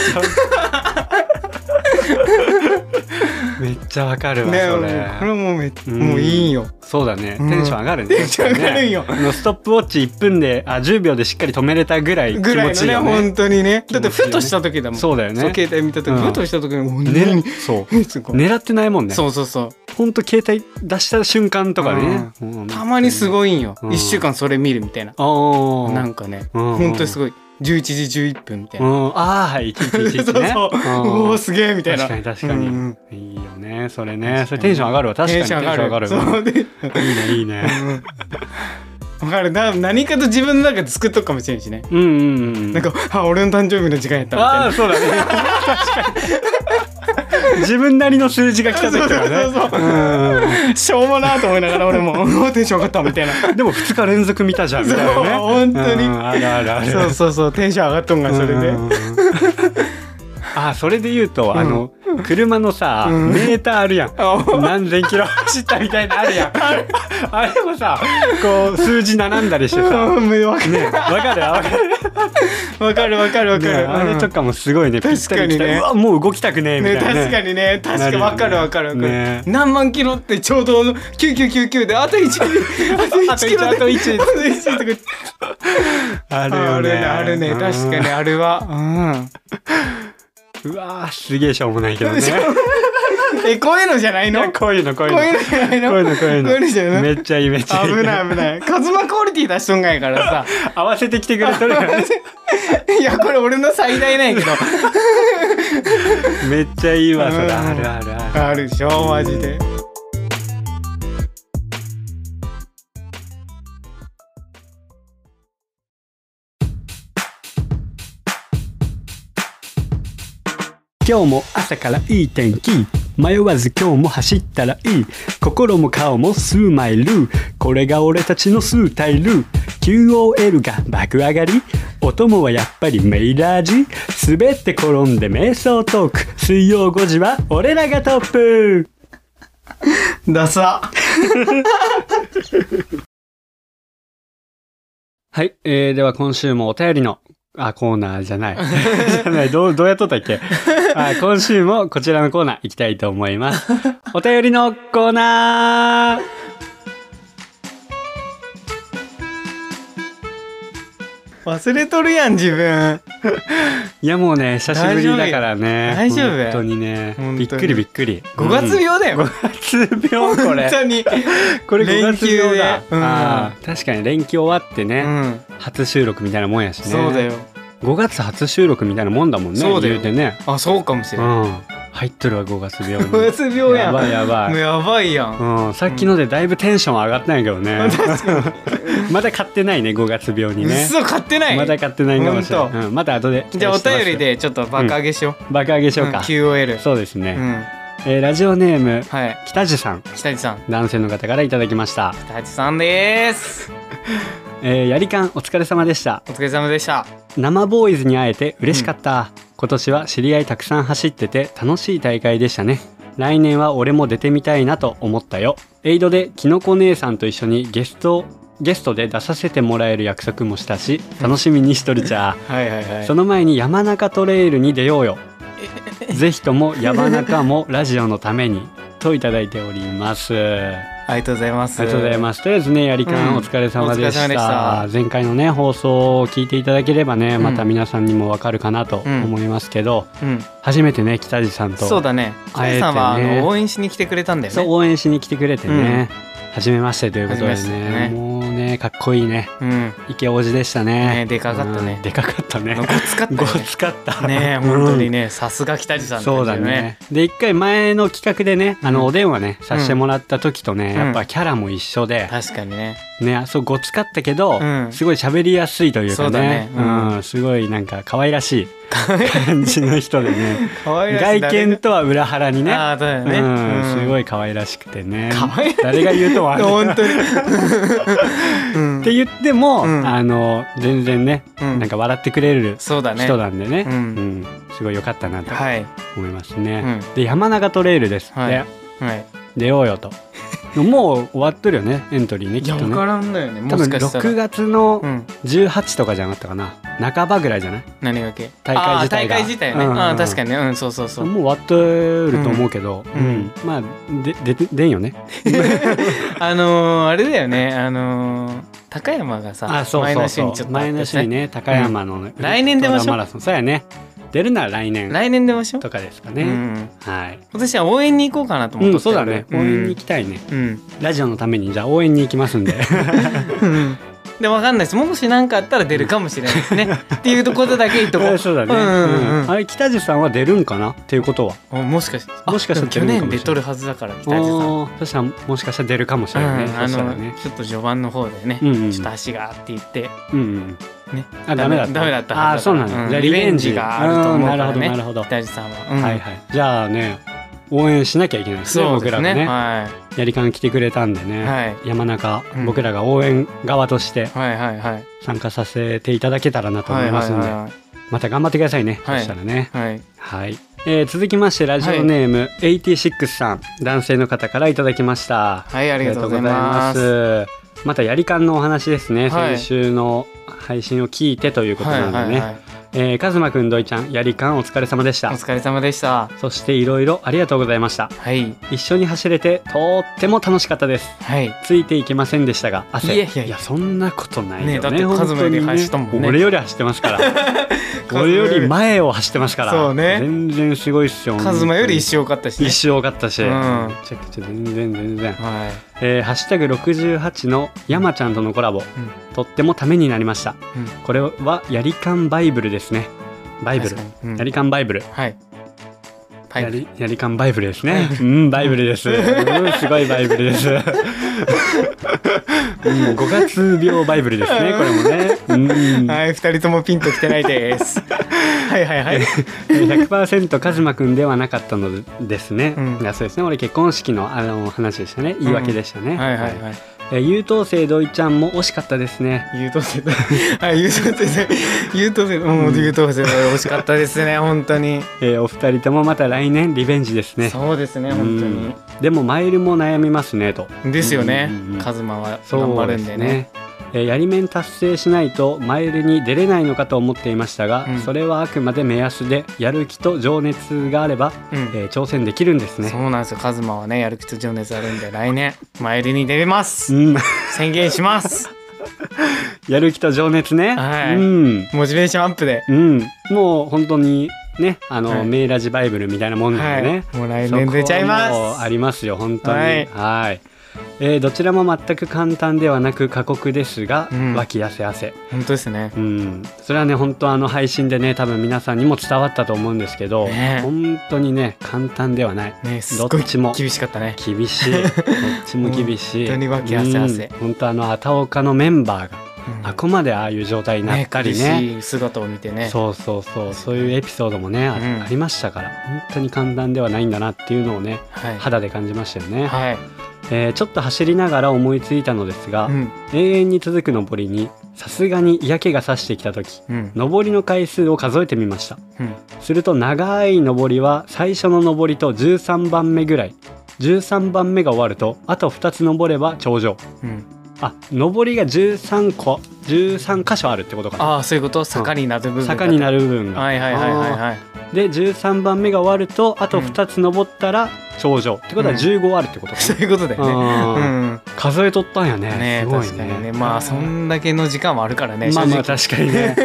B: めっちゃわかるわ
A: ね
B: そ
A: これ
B: れ
A: もうめっ
B: ん
A: もういいんよ
B: そうだね
A: うん
B: テンション上がるね
A: テンション上がるんよ
B: 確かにねあのストップウォッチ1分であ10秒でしっかり止めれたぐらい気
A: ぐら
B: 持
A: いの
B: ちいい
A: ね
B: よね
A: 本当にねだって
B: 気持ちいいよね
A: ふとした時だもん
B: そうだよね
A: 携帯見た時、
B: うん
A: ふとした時にもう
B: ね
A: ね
B: そう
A: えすごい
B: 狙ってないもんね
A: そうそうそう
B: ほんと携帯出した瞬間とかねうん
A: たまにすごいんよ、
B: う
A: 一
B: ん
A: 週間それ見るみたいな、
B: ああ
A: なんかね、
B: うんうん
A: ほんとにすごい11時11分みたい
B: うん
A: な、
B: ああはい
A: そう
B: 1111
A: そう
B: ね
A: うおおすげえみたいな
B: 確かに確かに、
A: うんうん
B: いいよねそれ
A: 確か
B: ね
A: に
B: それテンション上がるわ確かにテンション上がる
A: そうで
B: いいねいいね
A: わかるな何かと自分の中で作っとくかもしれんしね
B: うんうんうん
A: なんか「あ俺の誕生日の時間やった」みたい
B: あ
A: な
B: あそうだね 自分なりの数字が来た時とか
A: そ
B: ね
A: うそうそう
B: うん
A: しょうもなと思いながら俺も うわテンション上がったみたいな
B: でも2日連続見たじゃんみたいなね
A: そう本当に
B: うんあるあるある
A: そうそうそうテンション上がっとんがそれで
B: うんあそれで言うと、あの車のさ、
A: うん
B: メーターあるやん
A: あ
B: 何千キロ走ったみたいなの あるやんあれもさこう数字並んだりしてさ
A: うんわか
B: ねわかるわかる、
A: わかるわかるわか
B: ね、
A: る
B: あれとかもすごいねぴ
A: 確
B: っ
A: か
B: たり
A: にね
B: きたうわもう動きたくねえみた
A: ね
B: いな、ね
A: 確かにね確か
B: なる
A: に
B: よね
A: わかるわかるわかる、
B: ね
A: 何万キロってちょうど9999であと1 あと1キロ
B: あと1
A: あと1とか
B: ある
A: あ
B: よ
A: る
B: ね
A: ねあるね
B: うん
A: 確かにあれは
B: うわーすげえしょうもないけど
A: うん
B: ね
A: しょう えこういうのじゃない
B: い
A: の
B: やこういうのこういう
A: こ
B: の
A: ういうのじゃないの
B: こういうのこういうの
A: こういうのじゃない
B: めっちゃいいめっちゃいい
A: 危ない危ないカズマクオリティ出しとんがやから さ
B: 合わせてきてくれとるから ね
A: いやこれ俺の最大なんやけど
B: めっちゃいいわそれ
A: うん
B: あるあるある
A: あるでしょマジで
B: 今日も朝からいい天気迷わず今日も走ったらいい心も顔も数マイルこれが俺たちの数タイル QOL が爆上がりお供はやっぱりメイラージ滑って転んで瞑想トーク水曜5時は俺らがトップ
A: ダサ
B: はい、えー、では今週もお便りの、あ、コーナーじゃない。じゃない、 どう、どうやっとったっけあ今週もこちらのコーナー行きたいと思 います。お便りのコーナー
A: 忘れとるやん自分
B: いやもうね、久しぶりだからね。
A: 大丈夫
B: 本当にね
A: 本当。に
B: びっくりびっくり。
A: 5月病だよ、
B: うん、5月病こ
A: 本
B: れ。
A: 当に
B: これ5月病だ
A: 連。休でうん
B: あー確かに連休終わって
A: う
B: ね、
A: ん
B: 初収録みたいなもんやしね。
A: そうだよ
B: 5月初収録みたいなもんだもんね。
A: そうだよ
B: 言うてね。
A: あそうかもしれ
B: う
A: ない
B: ん。入っとるわ、5月病に。
A: 5月病や
B: や
A: ん
B: ばいやばい
A: もう。やばいやん
B: うん、さっきのでだいぶテンション上がったんやけど ね、
A: 確か
B: まだ買ってないね5月病に
A: にうっ
B: ね
A: そ買ってない
B: まだ買ってないかもしれ
A: ほん
B: ない、うん、まだ後で
A: じゃあお便りでちょっと爆上げしよ
B: 爆上げ
A: う、
B: しよう
A: うん
B: か、
A: QOL
B: そうですね、
A: うん
B: えーラジオネーム
A: はい
B: 北地さん
A: 北地さん
B: 男性の方からいただきました、
A: 北地さんです
B: えーやりかんお疲れ様でした
A: お疲れ様でした
B: 生ボーイズに会えて嬉しかった、今年は知り合いたくさん走ってて楽しい大会でしたね来年は俺も出てみたいなと思ったよエイドできのこ姉さんと一緒にゲストゲストで出させてもらえる約束もしたし楽しみにしとるじゃ
A: はいはいは
B: その前に山中トレイルに出よ うよぜひとも山中もラジオのためにといただいておりますあ
A: ありがとうございます
B: りがとうございますとりあえずねやりかん、
A: うん
B: お疲れ様でし
A: お疲
B: た
A: れ様
B: 前回のね放送を聞いていただければね、
A: うん
B: また皆さんにもわかるかなと
A: うん
B: 思いますけど、
A: うん
B: 初めてね北地さんと
A: そうだね北
B: 会え
A: 地
B: てね
A: さんはあの応援しに来てくれたんだよ
B: そう
A: ね
B: 応援しに来てくれてね、初めましてということで
A: 初めま
B: ね
A: してね
B: もうねかっこいいね
A: うん
B: イケオジでしたね
A: ねでかかったね
B: うんでかかったね
A: ごつかったよ
B: ご
A: ね
B: つかった
A: ねえ本当にねさすが北地さんって
B: そ
A: 感
B: う
A: じ
B: だね。で一回前の企画でねあ
A: う
B: の
A: ん
B: お電話ね、させてもらった時とね、
A: ん
B: やっぱキャラも一緒で、
A: 確かにね
B: ねそうごつかったけど、
A: うん
B: すごい喋りやすいという
A: そ
B: か
A: うだ
B: ね
A: ねうん
B: んすごいなんか可愛らし い感じの人でね
A: 可愛らしい
B: 外見とは裏腹にね
A: ああそうだよね
B: うん
A: うん
B: すごい可愛らしくてね
A: 可愛らしい
B: 誰が言うとは
A: 本
B: っ
A: 当にうん
B: て言っても、
A: うん
B: あの全然ね、
A: うん
B: なんか笑ってくれる
A: そうだね
B: 人なんでね
A: うん
B: うんすごい良かったなと
A: はい
B: 思います
A: う
B: ね
A: ん。
B: で山中トレイルですって、
A: はいはい
B: 出よ うよともう終わっとるよねエントリーね
A: い
B: き
A: や
B: っと
A: 分
B: ね
A: からんのよねも
B: 多分
A: しかした
B: 6
A: ら
B: 月の
A: うん
B: 18とかじゃなかったかな半ばぐらいじゃない
A: 何がけ
B: 大会自体が
A: あー大会自体ね
B: うんうんうん
A: あー確かにねうんそうそうそ
B: も
A: う
B: う終わっとると思うけど、う
A: うんん
B: まあででででんよね
A: あのーあれだよねあのー高山がさ
B: あそう
A: 前
B: そう
A: の週
B: そう
A: にちょっとあった
B: 前
A: やつ
B: の週にね高山の、ね
A: 来年出ましょう
B: マラソンそうやね出るなら来年
A: 来年出ましょう
B: とかですか
A: う
B: ね、
A: ん
B: はい
A: 今年は応援に行こうかなと思っ
B: う
A: と
B: ん
A: って
B: そうだね応
A: 俺
B: 援に行きたいね、
A: うん
B: ラジオのためにじゃあ応援に行き ますんで
A: うんでわかんないですもし何かあったら出るかもしれないです ねっていうとことだけ言っとこ
B: そうだね、
A: うんうんうん
B: あれ北地さんは出るんかなっていうことは
A: うもしかして
B: もしかしたら出
A: 去
B: るかもしれな
A: 年
B: い
A: 出とるはずだから北地さん
B: おーそしたらもしかしたら出るかもしれないね、
A: うん
B: そ
A: あ
B: したら
A: の
B: ね
A: ちょっと序盤の方でね、
B: うんうん
A: ちょっと足がって言って
B: うんうん
A: ね
B: あダメだった
A: ダメだった
B: あーそうなんだ、
A: うん
B: じゃあ
A: リベンジがあると思うからね
B: んなるほどなるほど、
A: 北地さんは、うん
B: はいはいじゃあね応援しなきゃいけないですね
A: そう
B: 僕
A: です
B: らが
A: ね
B: ね、
A: は
B: やりかん来てくれたんでね、
A: はい
B: 山中、
A: うん
B: 僕らが応援側として
A: いはいはいはい
B: 参加させていただけたらなと思
A: はいい
B: ますんで、
A: は
B: また頑張ってくださいね、
A: はい
B: そしたらね
A: いはい
B: はい、えー続きましてラジオネーム、86さん男性の方からいただきました
A: はいあ
B: あ
A: りがとうございます
B: りがとうございますまたやりかんのお話ですね、
A: はい
B: 先週の配信を聞いてということ
A: はい
B: なんでね、
A: はいはい
B: えー、カズマくんどいちゃんやりかんお疲れ様でし
A: お
B: た
A: 疲れ様でした
B: そしていろいろありがとうございました
A: はい
B: 一緒に走れてとっても楽しかったです
A: はい
B: ついていけませんでしたが汗
A: いやいやいや
B: そんなことないよね
A: ねえだってカズマより
B: 本当にね
A: 走ったもんね
B: 俺より走ってますから
A: カズマ
B: 俺より前を走ってますから
A: そうね
B: 全然すごいっすよ
A: カズマより一生
B: 緒
A: 良かったしね
B: 一緒多かったし、
A: うん
B: めちゃくちゃ全然全然、
A: はい
B: えーハッシュタグ68の山ちゃんとのコラボ、とってもためになりました
A: うん
B: これはやりかんバイブルですねバイブル
A: 確かにうん
B: やりかんバイブル
A: はいは
B: や
A: い
B: りやりかんバイブルですね。うん、バイブルです。うん、すごいバイブル です。うん、5月病バイブルですね、これもね。うん、
A: はい二人ともピンときてないです はいはいはい
B: 100%カズマくんではなかったのですね。
A: うん
B: いやそうですね、俺結婚式のあの話でしたね。言い訳でしたね。
A: はいはいはい
B: えー優等生土井ちゃんも惜しかったですね。
A: 優等 生だはい優等生だ優等生だもう優等生だ惜しかったです ね本当に
B: えーお二人ともまた来年リベンジですね。
A: そうですね本当に
B: うんでもマイルも悩みますねと。
A: ですよね
B: うんうんうん
A: カズマは
B: そう
A: 頑張るんでね
B: ですねえーやり面達成しないとマイルに出れないのかと思っていましたが、
A: うん
B: それはあくまで目安でやる気と情熱があれば、
A: うん
B: えー挑戦できるんですね
A: そ。うなんですよカズマはねやる気と情熱あるんで来年参りに出れま
B: う
A: す
B: ん、
A: 宣言します
B: やる気と情熱ね、
A: はい
B: うん
A: モチベーションアップで
B: うん、もう本当にねあの、
A: はい
B: メイラジバイブルみたいなもんな
A: は
B: んでね、
A: いもう来年出ちゃい
B: そこはもう
A: ま
B: あ
A: す
B: りますよ本当には
A: はいい
B: えーどちらも全く簡単ではなく過酷ですが、
A: うん
B: 湧き出せ汗
A: 本当ですね
B: うん、それはね本当あの配信でね多分皆さんにも伝わったと思うんですけど、
A: ねえ
B: 本当にね簡単ではない
A: ねす
B: ど
A: っご
B: っ
A: い
B: ちも
A: 厳しかったね
B: 厳 しいどっちも厳しい
A: 本当に脇汗汗
B: うん本当あのあたおかのメンバーが、
A: うん
B: あこまでああいう状態になったりね
A: ね苦しい姿を見てね
B: そうそうそうそういうエピソードもねあ,、
A: うん
B: ありましたから本当に簡単ではないんだなっていうのをね
A: はい
B: 肌で感じましたよね、
A: はい
B: えーちょっと走りながら思いついたのですが、
A: うん
B: 永遠に続く登りにさすがに嫌気がさしてきた時
A: うん
B: 上りの回数を数えてみました
A: うん
B: すると長い上りは最初の上りと13番目ぐらい13番目が終わるとあと2つ上れば頂上
A: うん
B: あ上りが13個13箇所あるってことかな
A: ああそういうこと坂になる部分
B: 坂にな
A: る
B: る部分が
A: はいはいはいはいはい
B: あーで13番目が終わるとあと
A: うん
B: 2つ上ったら頂上、ってことは
A: うん
B: 15あるってことか
A: そういうことだよね
B: な、
A: う
B: うん
A: ん
B: 数えとったんやね
A: ね
B: すごい
A: 確か
B: ね
A: にねまあそんだけの時間はあるからね
B: まあまあ
A: 正
B: 確かにね、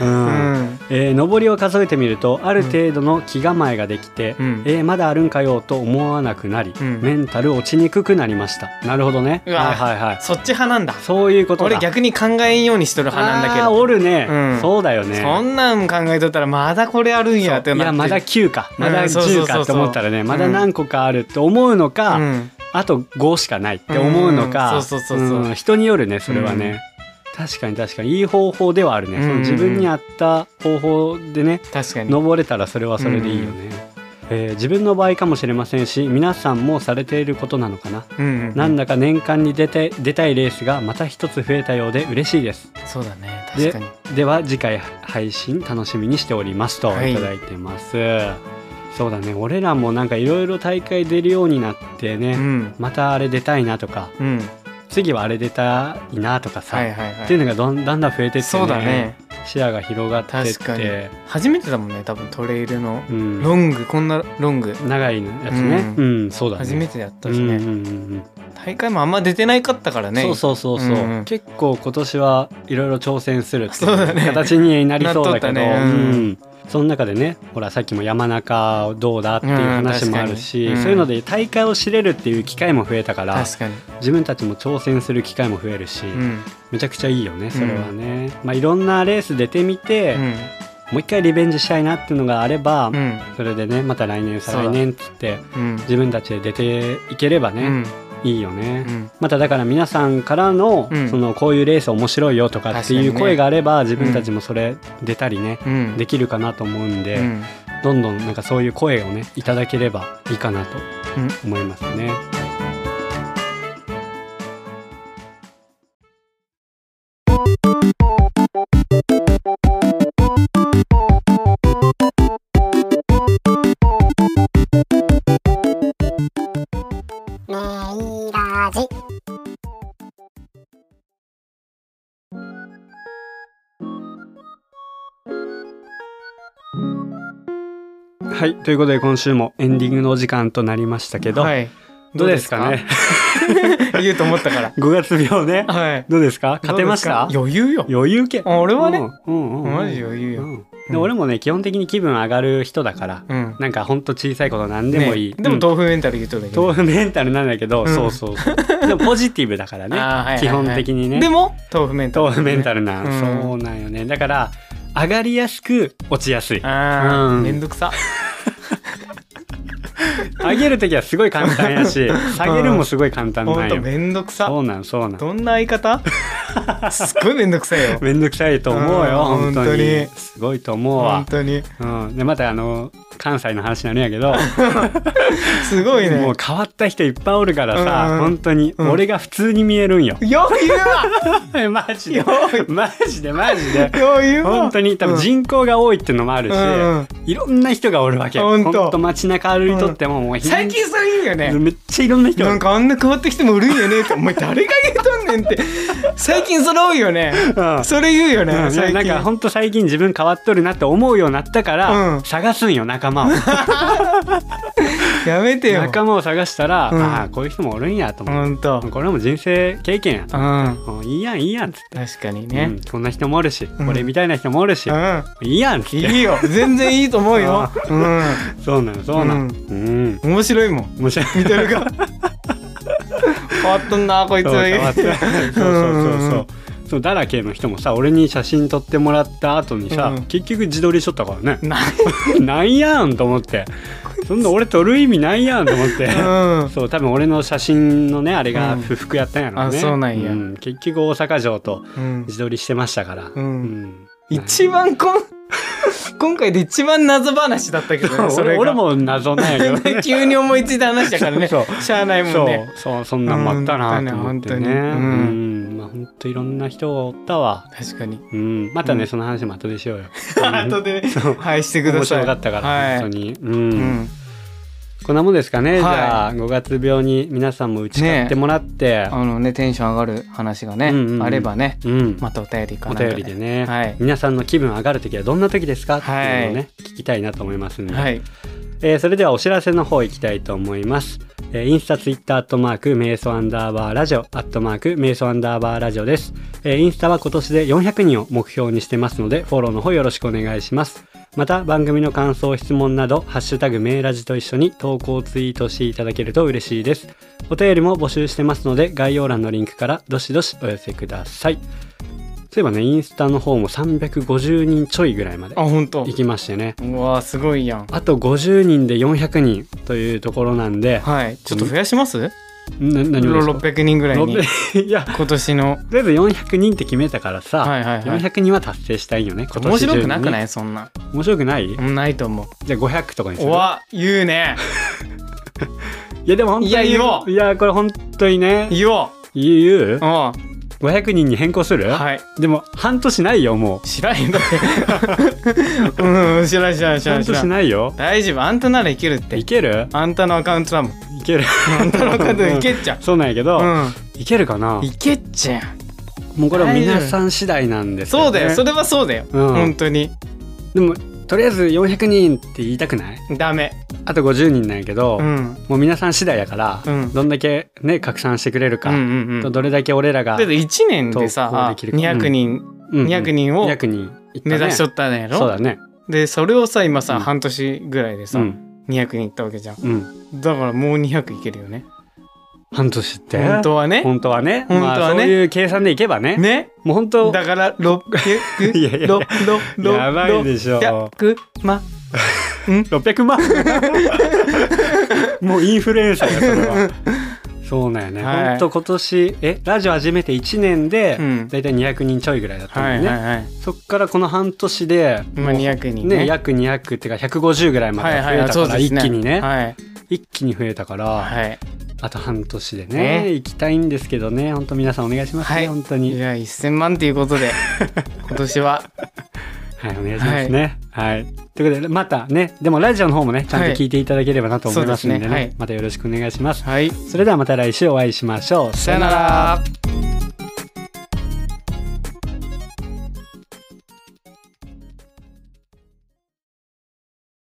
B: う
A: 直
B: ん
A: うん
B: えー、上りを数えてみるとある程度の気構えができて、
A: うん
B: えーまだあるんかよと思わなくなり、
A: うん
B: メンタル落ちにくくなりましたなるほどね
A: うわ
B: はいはいはい
A: そっち派なんだ
B: そういうことだ
A: 俺逆に考えんようにしとる派なんだけ
B: あー
A: ど
B: おるね、
A: うん
B: そうだよね
A: そんなん考えとったらまだこれあるんやって
B: い
A: なって
B: やまだ9かまだ
A: うんそうそうそ
B: 10
A: うそう
B: かと思ったらね、まだ
A: うん
B: 何個かあるって思うのか、
A: うん
B: あと5しかないって思うのか、
A: うんそうそうそうそうん
B: 人によるねそれはね、確かに確かにいい方法ではあるね、
A: うん
B: その自分に合った方法でね
A: 確かに
B: 登れたらそれはそれでいいよね、えー自分の場合かもしれませんし皆さんもされていることなのかな、
A: うんうん
B: なんだか年間に出て出たいレースがまた一つ増えたようで嬉しいです
A: そうだね
B: で
A: 確かに
B: では次回配信楽しみにしておりますと
A: はい
B: いただいてます、そうだね俺らもなんかいろいろ大会出るようになってね、
A: うん
B: またあれ出たいなとか
A: うん
B: 次はあれ出たいなとかさ、
A: はいはいは
B: っていう
A: い
B: のがどんだんだん増えてって、ね、
A: そうだね
B: 視野が広がってって
A: 確かに初めてだもんね多分トレイルの
B: うん、
A: ロングこんなロング
B: 長いやつね、う
A: うん
B: そうだね
A: 初めてやった
B: うん
A: し
B: うんう
A: ね
B: ん
A: 大会もあんま出てないかったから
B: うん、
A: ね
B: そうそうそうそう、
A: うんうん
B: 結構今年はいろいろ挑戦 するってい
A: そうだね
B: 形になりそうだけど
A: なっとったねうん
B: うんその中でねほらさっきも山中どうだっていう話もあるし、
A: うん確かにうん
B: そういうので大会を知れるっていう機会も増えたから
A: 確かに
B: 自分たちも挑戦する機会も増えるし、
A: うん
B: めちゃくちゃいいよねそれはね、まあ、いろんなレース出てみて、
A: うん
B: もう一回リベンジしたいなっていうのがあれば、
A: うん
B: それでねまた来年再来年っつって
A: うん
B: 自分たちで出ていければ
A: う
B: ね、
A: ん
B: いいよね、
A: うん
B: まただから皆さんからの,、
A: うん
B: そのこういうレース面白いよとかってい
A: 確
B: う
A: かに
B: 声
A: ね
B: があれば、自分たちもそれ出たりね、
A: うん
B: できるかなと思うんで、
A: うん
B: どんどんなんかそういう声をねいただければいいかなと思いますね。
C: メイラジ
B: はいということで今週もエンディングのお時間となりましたけど、
A: はい。
B: どうですかね
A: 言うと思ったから。
B: 5月 病ね
A: はい。
B: どうですか勝てました
A: どうですか余裕よ。
B: 余裕け
A: あ俺はね、
B: うんうんうん
A: マジ余裕
B: う
A: よ。
B: んで俺もね基本的に気分上がる人だから、
A: うん。
B: なんかほんと小さいこと何でもいい、
A: ねでも
B: うん
A: 豆腐エンタル言うとるだけど。
B: 豆腐メンタルなんだけど、
A: うん
B: そうそうそうでもポジティブだから ね
A: あーはいはいはい
B: 基本的にね
A: でも豆腐メンタル。
B: 豆腐メンタルな、
A: うん
B: そうなんよねだから上がりやすく落ちやすい
A: あ
B: う
A: あ
B: ん
A: めんどくさ。
B: 上げる時はすごい簡単や し下げるもすごい簡単な
A: ほ
B: ん
A: んと
B: よ
A: めんどく
B: そ
A: さ。
B: うなんそうなん
A: どんな相方？すっごいめんどくさいよ。
B: めんどくさいと思うよ
A: うん
B: 本当
A: 本当
B: に
A: に
B: すごいと思うわ
A: 本、当に
B: うん、でまたあの関西の話になるんや けど
A: すごいね。
B: もう変わった人いっぱいおるからさ、
A: うんうん
B: 本当に
A: うん、
B: 俺が普通に見えるんよ
A: 余裕は
B: マジで
A: よー
B: マジで マジで
A: 余裕は
B: 本当に多分人口が多いっていうのもあるし、
A: うんうん
B: いろんな人がおるわけ
A: ほんと
B: ほんと街中歩いとってももう、
A: 最近それいいよね。
B: めっちゃいろんな人
A: なんかあんな変わってきても売るんやねってお前誰が言うとんねん って最近それ多いよね
B: うん
A: それ言うよね、
B: うんいや
A: 最
B: なん
A: 近
B: か本当最近自分変わっとるなって思うようになったから、
A: うん
B: 探すんよ仲間を
A: やめてよ
B: 仲間を探したら、
A: うん
B: ああこういう人もおるんやと思
A: ほ
B: っ
A: んと
B: て、これも人生経験
A: う
B: や、
A: ん
B: もういいやんいいやんっつって、
A: 確かに
B: う
A: ね
B: んこんな人もおるし、
A: ん
B: 俺みたいな人もおるし、
A: うん
B: いいやんっつって
A: いいよ全然いいと思うよ
B: あ
A: うん
B: そうなのそうなの
A: うん
B: うん
A: 面白いもん
B: 面白い
A: 見てるか変わっとんなこいつ
B: そう変わったそうそうそう
A: うんうんう
B: そ
A: ん
B: うそうだらけの人もさ俺に写真撮ってもらった後にさ、
A: うん
B: 結局自撮りしとったからね
A: ない
B: なんやんと思ってそんな俺撮る意味ないやんと思って、
A: うん
B: そう多分俺の写真のねあれが
A: うん
B: 不服やったんやろね、
A: あそうなんや
B: 結局大阪城と
A: うん
B: 自撮りしてましたから、
A: うん
B: ん
A: 一番こん今回で一番謎話だったけどね それ
B: 俺
A: が
B: 俺も謎なんやけどね
A: 急に思いついた話だからね
B: そうそ
A: しゃあないもんね
B: そうそうそんなんもあったなと思ってねう
A: うんん
B: まあほんといろんな人がおったわ
A: 確かに
B: うん、またね、
A: うん
B: その話も後でしようよ。
A: 後で はいしてくだ
B: 面
A: さい
B: 白かったから、
A: はい、
B: 本当に、うん
A: うん
B: こんなもんですかね、
A: はい
B: じゃあ5月病に皆さんも打ち勝ってもらって、
A: あのねテンション上がる話がね、
B: うんうんうん
A: あればね
B: うん
A: またお便りか
B: お
A: なんか
B: 便りでね、
A: はい
B: 皆さんの気分上がる時はどんな時ですかっていうのをね、
A: は
B: 聞きたいなと思いますので、
A: はい
B: えーそれではお知らせの方いきたいと思います。えーインスタ、ツイッター、アットマーク、瞑想アンダーバーラジオ、アットマーク、瞑想アンダーバーラジオです。えーインスタは今年で400人を目標にしてますので、フォローの方よろしくお願いします。また、番組の感想、質問など、ハッシュタグ、メーラジと一緒に投稿ツイートしていただけると嬉しいです。お便りも募集してますので、概要欄のリンクからどしどしお寄せください。そういえばね、インスタの方も350人ちょいぐらいまで
A: あ本当
B: 行きましてね。
A: うわーすごいやん
B: あと50人で400人というところなんで、
A: はいちょっと増やします
B: な何をですか
A: 600人ぐらいに
B: いや、
A: 今年の
B: とりあえず400人って決めたからさ、
A: はいはいはい
B: 400人は達成したいよね、今
A: 面
B: 年中に
A: 白くなくないそんな
B: 面白くない、
A: ないと思う
B: じゃあ500とかにす
A: お
B: る
A: わ言うね
B: いや、でも本当に。
A: いや言おう
B: いやこれ本当にね、
A: 言おう
B: 言う
A: うんは
B: ?500 人に変更する、
A: い
B: でも半年ないよ、も
A: 知らんよ だってうん知らん知らん
B: う。
A: 知らん
B: 半
A: 知ら
B: 年
A: ん
B: ないよ。
A: 大丈夫あんたならいけるって
B: いける
A: あんたのアカウントだもん
B: いける。
A: あんたのアカウントでいけっちゃ
B: そうなんやけど、
A: う
B: いけるかなん
A: いけっちゃ
B: もうこれは皆さん次第なんです
A: そ
B: よ、ね。
A: うだよそれはそうだよ
B: うん
A: 本当に
B: でも、とりあえず400人って言いたくない
A: ダメ
B: あと50人なんやけど、
A: うん
B: もう皆さん次第やから、
A: うん
B: どんだけね拡散してくれる
A: う
B: か、
A: んうんう
B: と
A: ん
B: どれだけ俺らが、
A: だって1年で
B: 投稿
A: さ
B: できるか
A: 200人
B: うんうん
A: 200人を
B: 200人いったね
A: 目指しとったんや
B: そう
A: ろ
B: だね
A: でそれをさ今さ
B: うん
A: 半年ぐらいで
B: う
A: さ
B: ん
A: 200人いったわけじゃん
B: うん
A: だからもう200いけるよね
B: 半年って
A: 本当はね
B: 本当はね
A: 本当はね
B: まあ、そういう計算でいけばね
A: ね
B: もう本当
A: だから600
B: いやいやいや
A: 6 6
B: やばいでしょ
A: 600ま
B: 600万もうインフルエンサーやそれはそうだよね、
A: はい
B: ほんと今年えラジオ始めて1年で、
A: うん
B: だいたい200人ちょいぐらいだったもん
A: は
B: ね、
A: いはいはい。
B: そっからこの半年で、
A: まあ200人ね
B: ね約200っていうか150ぐらいま
A: は
B: で
A: い
B: 増
A: はい
B: え
A: はい、
B: たから、
A: です
B: 一気にね、
A: はい。
B: 一気に増えたから、
A: はい。
B: あと半年でね
A: ね
B: 行きたいんですけどね本当皆さんお願いしますね、
A: はい
B: 本当
A: い
B: に
A: や、1000万ということ で、今年は。
B: はいお願いしますねはい、ということでまたねでもラジオの方もねちゃんと聞いていただければなと思いますんでね,、
A: はいそうですねはい
B: またよろしくお願いします
A: はい。
B: それではまた来週お会いしましょう
A: さよなら。